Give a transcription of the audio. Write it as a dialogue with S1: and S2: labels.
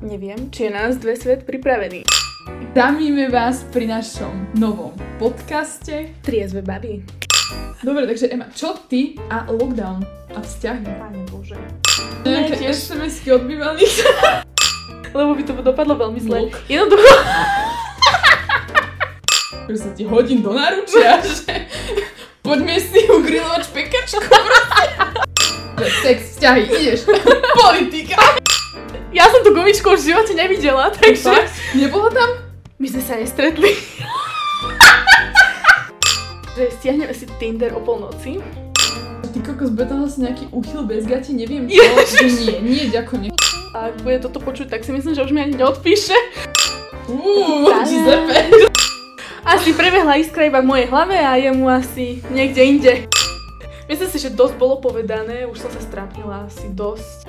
S1: Neviem, či je nás dve svet pripravený.
S2: Damíme vás pri našom novom podcaste.
S1: Triezve baví.
S2: Dobre, takže Ema, čo ty a lockdown a vzťahy?
S1: Pane Bože.
S2: Nejaké
S1: tiež.
S2: SMS-ky od bývalých?
S1: Lebo by to dopadlo veľmi zle.
S2: Lok.
S1: Jednoducho.
S2: Že sa ti hodím do naručia, že poďme si ugrilovať pekačku. proste. Sex, vzťahy, ideš. Politika.
S1: Ja som tú gumičku už v živote nevidela, takže...
S2: Fakt? Nebola tam?
S1: My sme sa nestretli. že stiahneme si Tinder o polnoci.
S2: Ty kokos, bude tam asi nejaký uchyl bez gati, neviem čo.
S1: Ježiš.
S2: Nie, nie, ďakujem.
S1: A ak bude toto počuť, tak si myslím, že už mi ani neodpíše.
S2: Uuu,
S1: Tá-dá.
S2: Giuseppe.
S1: Asi prebehla iskra iba v mojej hlave a jemu asi niekde inde. Myslím si, že dosť bolo povedané, už som sa strápnila asi dosť.